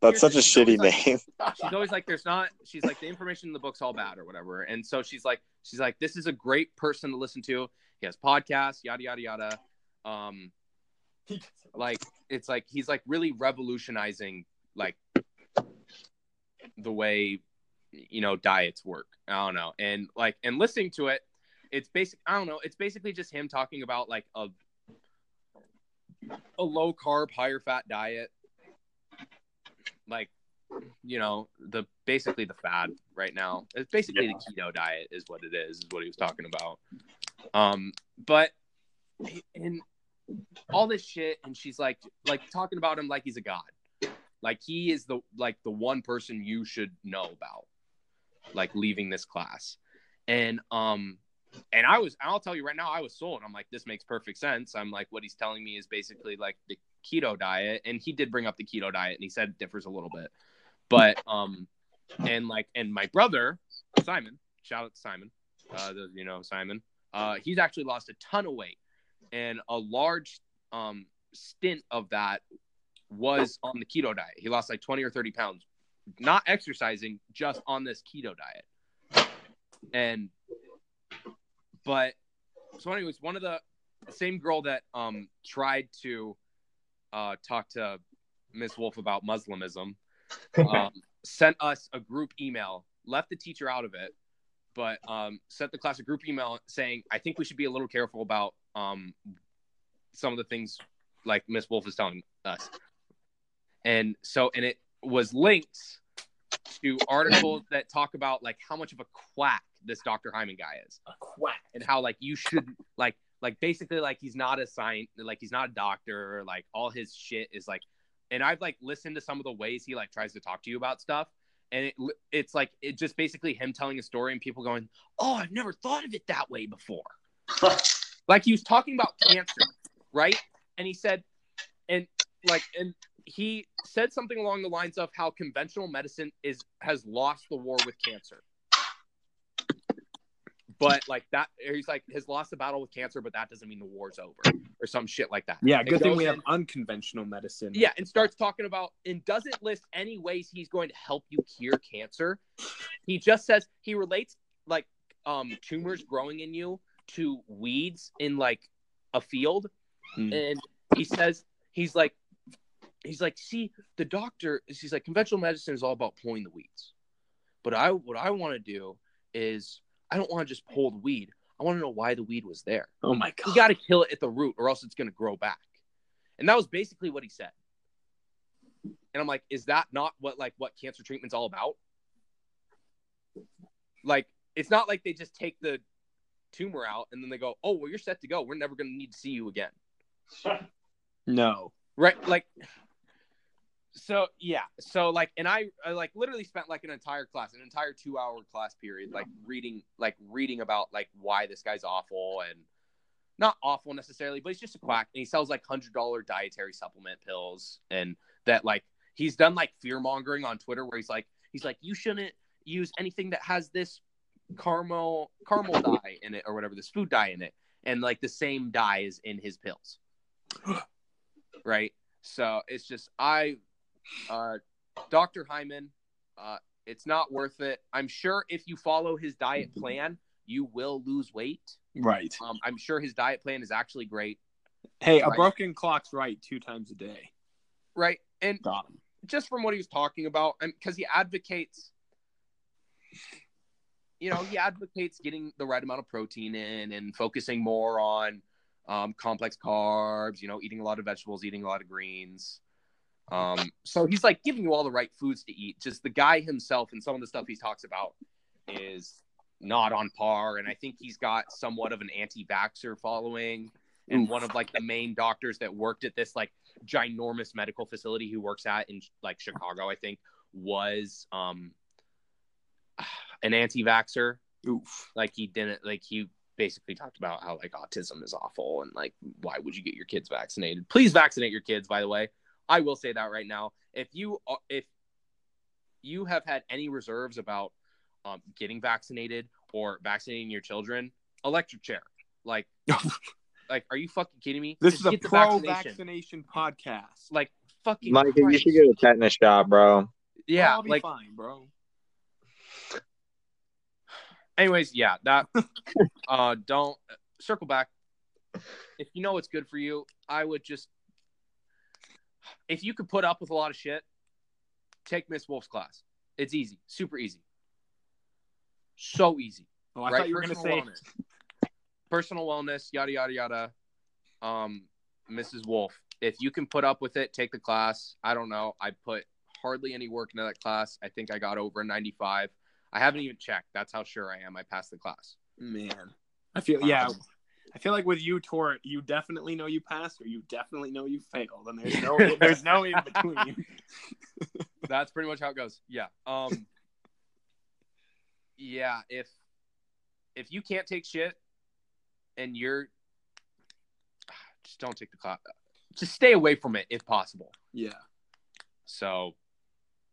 S4: That's
S2: Here's
S4: such a
S2: the thing,
S4: shitty name.
S2: she's always like there's not she's like the information in the book's all bad or whatever and so she's like she's like this is a great person to listen to he has podcasts yada yada yada um like it's like he's like really revolutionizing like the way you know diets work i don't know and like and listening to it it's basic i don't know it's basically just him talking about like a a low carb higher fat diet like you know the basically the fad right now it's basically the keto diet is what it is is what he was talking about um but and all this shit and she's like like talking about him like he's a god like he is the like the one person you should know about like leaving this class and um and i was i'll tell you right now i was sold i'm like this makes perfect sense i'm like what he's telling me is basically like the keto diet and he did bring up the keto diet and he said it differs a little bit but um and like and my brother simon shout out to simon uh those of you know simon uh he's actually lost a ton of weight and a large um stint of that was on the keto diet he lost like 20 or 30 pounds not exercising just on this keto diet and but so anyways one of the same girl that um tried to uh talk to miss wolf about muslimism um, sent us a group email, left the teacher out of it, but um, sent the class a group email saying, I think we should be a little careful about um, some of the things like Miss Wolf is telling us. And so, and it was linked to articles that talk about like how much of a quack this Dr. Hyman guy is
S1: A quack.
S2: and how like you should like like basically like he's not a science like he's not a doctor like all his shit is like and i've like listened to some of the ways he like tries to talk to you about stuff and it, it's like it just basically him telling a story and people going oh i've never thought of it that way before like he was talking about cancer right and he said and like and he said something along the lines of how conventional medicine is has lost the war with cancer but like that he's like has lost the battle with cancer but that doesn't mean the war's over or some shit like that
S1: Yeah,
S2: It
S1: good thing
S2: goes
S1: we have
S2: in-
S1: unconventional medicine.
S2: yeah and starts talking about and doesn't list any ways he's going to help you cure cancer he just says he relates like um tumors growing in you to weeds in like a field
S1: Hmm.
S2: and he says he's like he's like see the doctor he's like conventional medicine is all about pulling the weeds but i what i want to do is i don't want to just pull the weed i want to know why the weed was there
S1: Oh my
S2: you
S1: god.
S2: got to kill it at the root or else it's going to grow back and that was basically what he said and i'm like is that not what like what cancer treatment's all about like it's not like they just take the tumor out and then they go oh well you're set to go we're never going to need to see you again
S1: No.
S2: right like so yeah so like and I, I like literally spent like an entire class an entire two hour class period like reading like reading about like why this guy's awful and not awful necessarily but he's just a quack and he sells like hundred dollar dietary supplement pills and that like he's done like fear mongering on twitter where he's like he's like you shouldn't use anything that has this caramel caramel dye in it or whatever this food dye in it and like the same dye is in his pills right so it's just i uh dr hyman uh it's not worth it i'm sure if you follow his diet plan you will lose weight
S1: Right.
S2: um i'm sure his diet plan is actually great
S1: Hey, a
S2: Right.
S1: broken clock's right two times a day.
S2: right and
S1: Got him.
S2: just from what he was talking about and because he advocates you know he advocates getting the right amount of protein in and focusing more on um, complex carbs you know eating a lot of vegetables eating a lot of greens um, so he's like giving you all the right foods to eat just the guy himself and some of the stuff he talks about is not on par and i think he's got somewhat of an anti-vaxxer following and one of like the main doctors that worked at this like ginormous medical facility he works at in like Chicago, I think, was um an anti-vaxxer.
S1: Oof.
S2: Like he didn't like he basically talked about how like autism is awful and like why would you get your kids vaccinated? Please vaccinate your kids, by the way. I will say that right now. If you are, if you have had any reserves about um, getting vaccinated or vaccinating your children, electric chair. Like, like, are you fucking kidding me?
S1: This
S2: Just
S1: is a
S2: get the
S1: pro vaccination
S2: vaccination
S1: podcast.
S2: like fucking.
S3: Micah, you
S2: Christ.
S3: should get a tetanus shot, bro.
S2: yeah,
S1: I'll be
S2: like
S1: fine, bro.
S2: anyways, yeah, that uh don't circle back. If you know what's good for you, I would just if you could put up with a lot of shit, take Miss Wolf's class. It's easy, super easy. So easy.
S1: Oh, I
S2: right?
S1: thought you were gonna say.
S2: Personal wellness. personal wellness, yada yada yada. Um, Mrs. Wolf, if you can put up with it, take the class. I don't know. I put hardly any work into that class. I think I got over a 95. I haven't even checked. That's how sure I am. I passed the class.
S1: Man, I feel yeah. I feel like with you, Tort, you definitely know you passed, or you definitely know you failed, and there's no there's no in between.
S2: That's pretty much how it goes. Yeah. Um. yeah. If if you can't take shit, and you're just don't take the class. Just stay away from it if possible.
S1: Yeah.
S2: So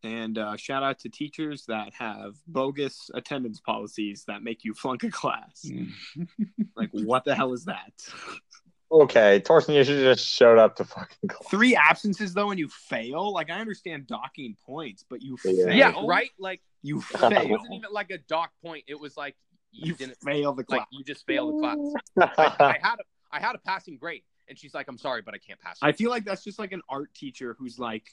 S1: And uh, shout out to teachers that have bogus attendance policies that make you flunk a class.
S2: Mm.
S1: like, what the hell is that?
S3: Okay, Torsten, you should have just showed up to fucking class.
S1: Three absences though, and you fail. Like, I understand docking points, but you
S3: Yeah.
S1: fail.
S2: yeah, right. Like
S1: You
S2: it
S1: fail.
S2: wasn't even like a dock point. It was like you,
S1: You
S2: didn't
S1: fail the
S2: like
S1: class.
S2: you just failed the class. I had a, I had a passing grade, and she's like, "I'm sorry, but I can't pass."
S1: I feel like that's just like an art teacher who's like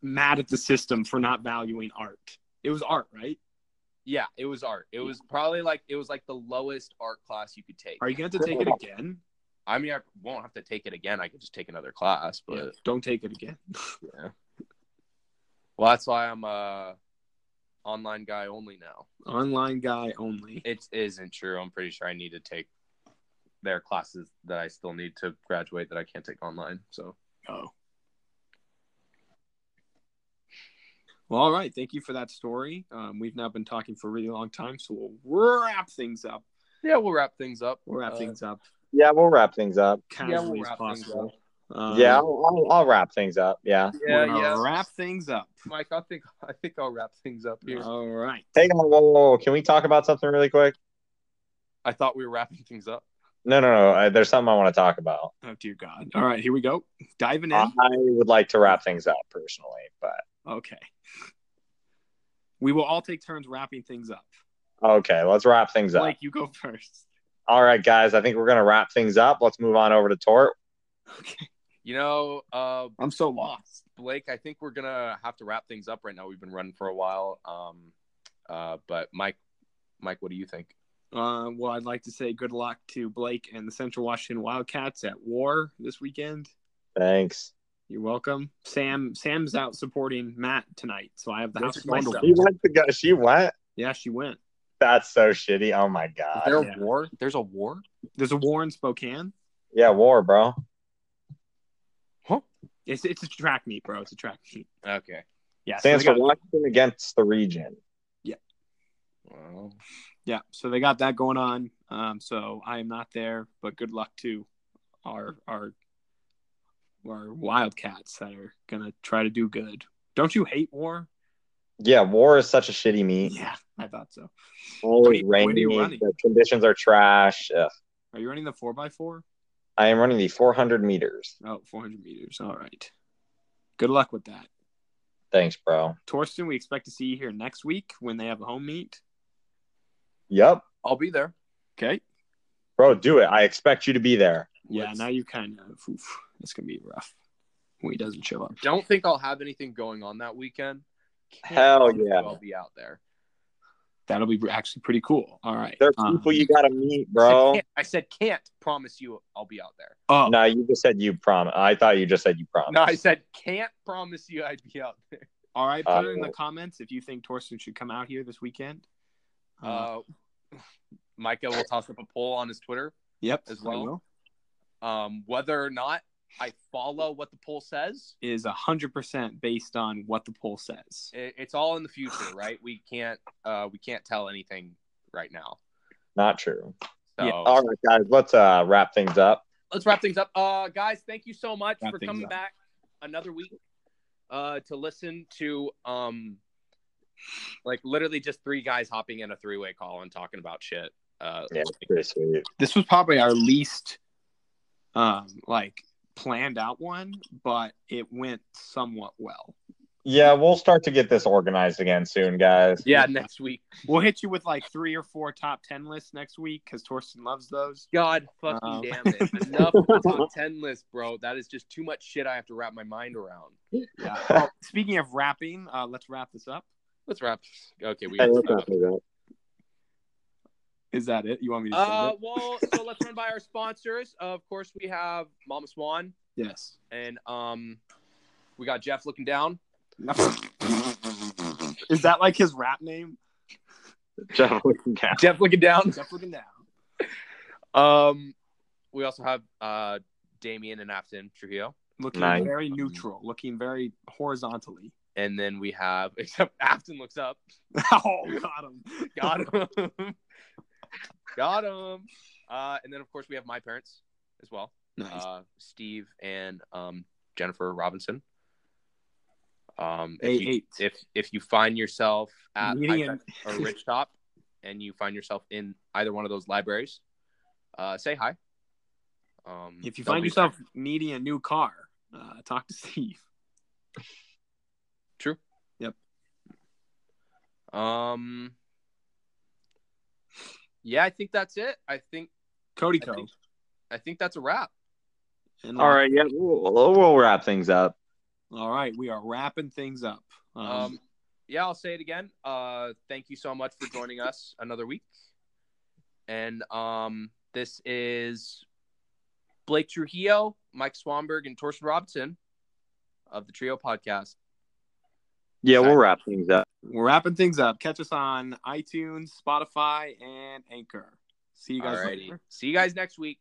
S1: mad at the system for not valuing art. It was art, right?
S2: yeah, it was art. It was probably like it was like the lowest art class you could take.
S1: Are you going to take it again?
S2: I mean, I won't have to take it again. I could just take another class, but
S1: Yeah, Don't take it again.
S2: well, that's why I'm a online guy only now.
S1: Online guy only.
S2: It isn't true. I'm pretty sure I need to take their classes that I still need to graduate that I can't take online. So
S1: Oh. Well, all right. Thank you for that story. Um, we've now been talking for a really long time, so we'll wrap things up.
S2: yeah, we'll wrap things up.
S1: We'll wrap
S2: Uh,
S1: things up
S3: yeah, we'll wrap things up.
S2: yeah,
S1: casually
S2: we'll
S1: as
S2: wrap things
S1: possible. Um,
S3: yeah, I'll, I'll, I'll wrap things up. Yeah.
S1: We're gonna wrap things up.
S2: Mike, I think I think I'll wrap things up here.
S1: All right.
S3: Hey, whoa, whoa, whoa, can we talk about something really quick?
S2: I thought we were wrapping things up.
S3: No, no, no. I, there's something I want to talk about.
S1: Oh dear God. All right. Here we go. Diving in.
S3: I would like to wrap things up personally, but
S1: okay. We will all take turns wrapping things up.
S3: okay, let's wrap things up.
S1: Blake, you go first.
S3: All right, guys, I think we're gonna wrap things up. Let's move on over to Tort.
S1: Okay.
S2: You know, uh,
S1: I'm so lost.
S2: Blake, I think we're gonna have to wrap things up right now. We've been running for a while. Um, uh, but Mike, Mike, what do you think?
S1: Uh, well, I'd like to say good luck to Blake and the Central Washington Wildcats at war this weekend.
S3: Thanks.
S1: You're welcome. Sam Sam's out supporting Matt tonight, so I have the
S2: Those
S1: house
S2: are
S1: to myself.
S3: She went to go. She went.
S1: Yeah, she went.
S3: That's so shitty. Oh my god.
S1: there a Yeah.
S2: war? There's a war?
S1: There's a war in Spokane.
S3: Yeah, war, bro.
S1: It's it's a track meet, bro. It's a track meet.
S2: Okay.
S1: Yeah, so
S3: Stands
S1: they
S3: for
S1: got,
S3: Washington against the region.
S2: Well,
S1: yeah, so they got that going on. Um, so I am not there, but good luck to our our our Wildcats that are gonna try to do good. Don't you hate war?
S3: Yeah, war is such a shitty meet.
S1: Yeah, I thought so.
S3: Always
S1: Wait, when are
S3: rainy.
S1: you running?
S3: The conditions are trash. Ugh.
S1: Are you running the four by four?
S3: I am running the 400 meters.
S1: Oh, 400 meters. All right. Good luck with that.
S3: Thanks, bro.
S1: Torsten, we expect to see you here next week when they have a home meet.
S3: Yep,
S2: I'll be there.
S1: Okay.
S3: bro. Do it. I expect you to be there.
S1: Yeah,
S2: Let's-
S1: now you kind of, oof, it's going to be rough when he doesn't show up.
S2: Don't think I'll have anything going on that weekend. Can't
S3: Hell
S2: promise you
S3: yeah.
S2: I'll be out there.
S1: That'll be actually pretty cool. All right.
S3: There are
S1: Um,
S3: people you gotta meet,
S2: I said,
S3: bro.
S2: can't, I said can't promise you I'll be out there.
S1: oh,
S3: No, you just said you promise. I thought you just said you promised.
S2: No, I said can't promise you I'd be out there.
S1: all right. Put
S3: Uh,
S1: it in the comments if you think Torsten should come out here this weekend. Uh,
S2: Uh, Micah will toss up a poll on his Twitter,
S1: yep.
S2: as
S1: I
S2: well.
S1: will.
S2: um, whether or not I follow what the poll says.
S1: Is 100% based on what the poll says.
S2: It, it's all in the future, right? We can't, uh, we can't tell anything right now.
S3: Not true.
S2: So
S1: Yeah.
S3: All right, guys, let's uh, wrap things up.
S2: let's wrap things up. Uh, guys, thank you so much
S1: Wrap
S2: for
S1: things
S2: coming
S1: up.
S2: back another week uh, to listen to um, like literally just three guys hopping in a three way call and talking about shit. Uh,
S3: Yeah, it's pretty sweet.
S1: This was probably our least, um, like, planned out one, but it went somewhat well.
S3: Yeah, we'll start to get this organized again soon, guys.
S2: Yeah, next week.
S1: We'll hit you with like three or four top ten lists next week because Torsten loves those.
S2: God fucking
S1: Um.
S2: damn it. Enough with the top 10 list, bro. That is just too much shit I have to wrap my mind around.
S1: Yeah. Well, speaking of wrapping, uh, let's wrap this up.
S2: Let's wrap. Okay, we
S3: Hey,
S2: gotta
S3: let's
S2: stop.
S3: not do that.
S1: Is that it? You want me to? send
S2: Uh,
S1: it?
S2: well, so let's run by our sponsors. Uh, Of course, we have Mama Swan,
S1: Yes.
S2: and um, we got Jeff looking down.
S1: Is that like his rap name?
S3: Jeff looking down.
S2: Jeff looking down.
S1: Jeff looking down.
S2: Um, we also have uh, Damien and Afton Trujillo,
S1: Looking
S3: Nice.
S1: very neutral, looking very horizontally.
S2: and then we have except Afton looks up.
S1: oh, got him.
S2: Got him. got him. Uh, and then of course we have my parents as well. Uh, Steve and um, Jennifer Robinson. Um, if
S1: A
S2: you-
S1: eight.
S2: if if you find yourself at
S1: Meeting
S2: iTech or Rich Top and you find yourself in either one of those libraries, uh, say hi. Um,
S1: If you
S2: they'll
S1: find
S2: be-
S1: yourself needing a new car, uh, talk to Steve.
S2: true,
S1: Yep.
S2: Um, yeah, I think that's it. I think
S1: Cody
S2: I
S1: Co.
S2: think, I think that's a wrap.
S1: And uh,
S3: All right, yeah, we'll, we'll wrap things up.
S1: All right. We are wrapping things up. Um,
S2: Um, yeah, I'll say it again. Uh, thank you so much for joining us another week. And um, this is Blake Trujillo, Mike Swanberg, and Torsten Robinson of the Trio Podcast.
S3: Yeah, we'll wrap things up.
S1: we're wrapping things up. Catch us on iTunes, Spotify, and Anchor. See you guys
S2: Alrighty.
S1: later.
S2: See you guys next week.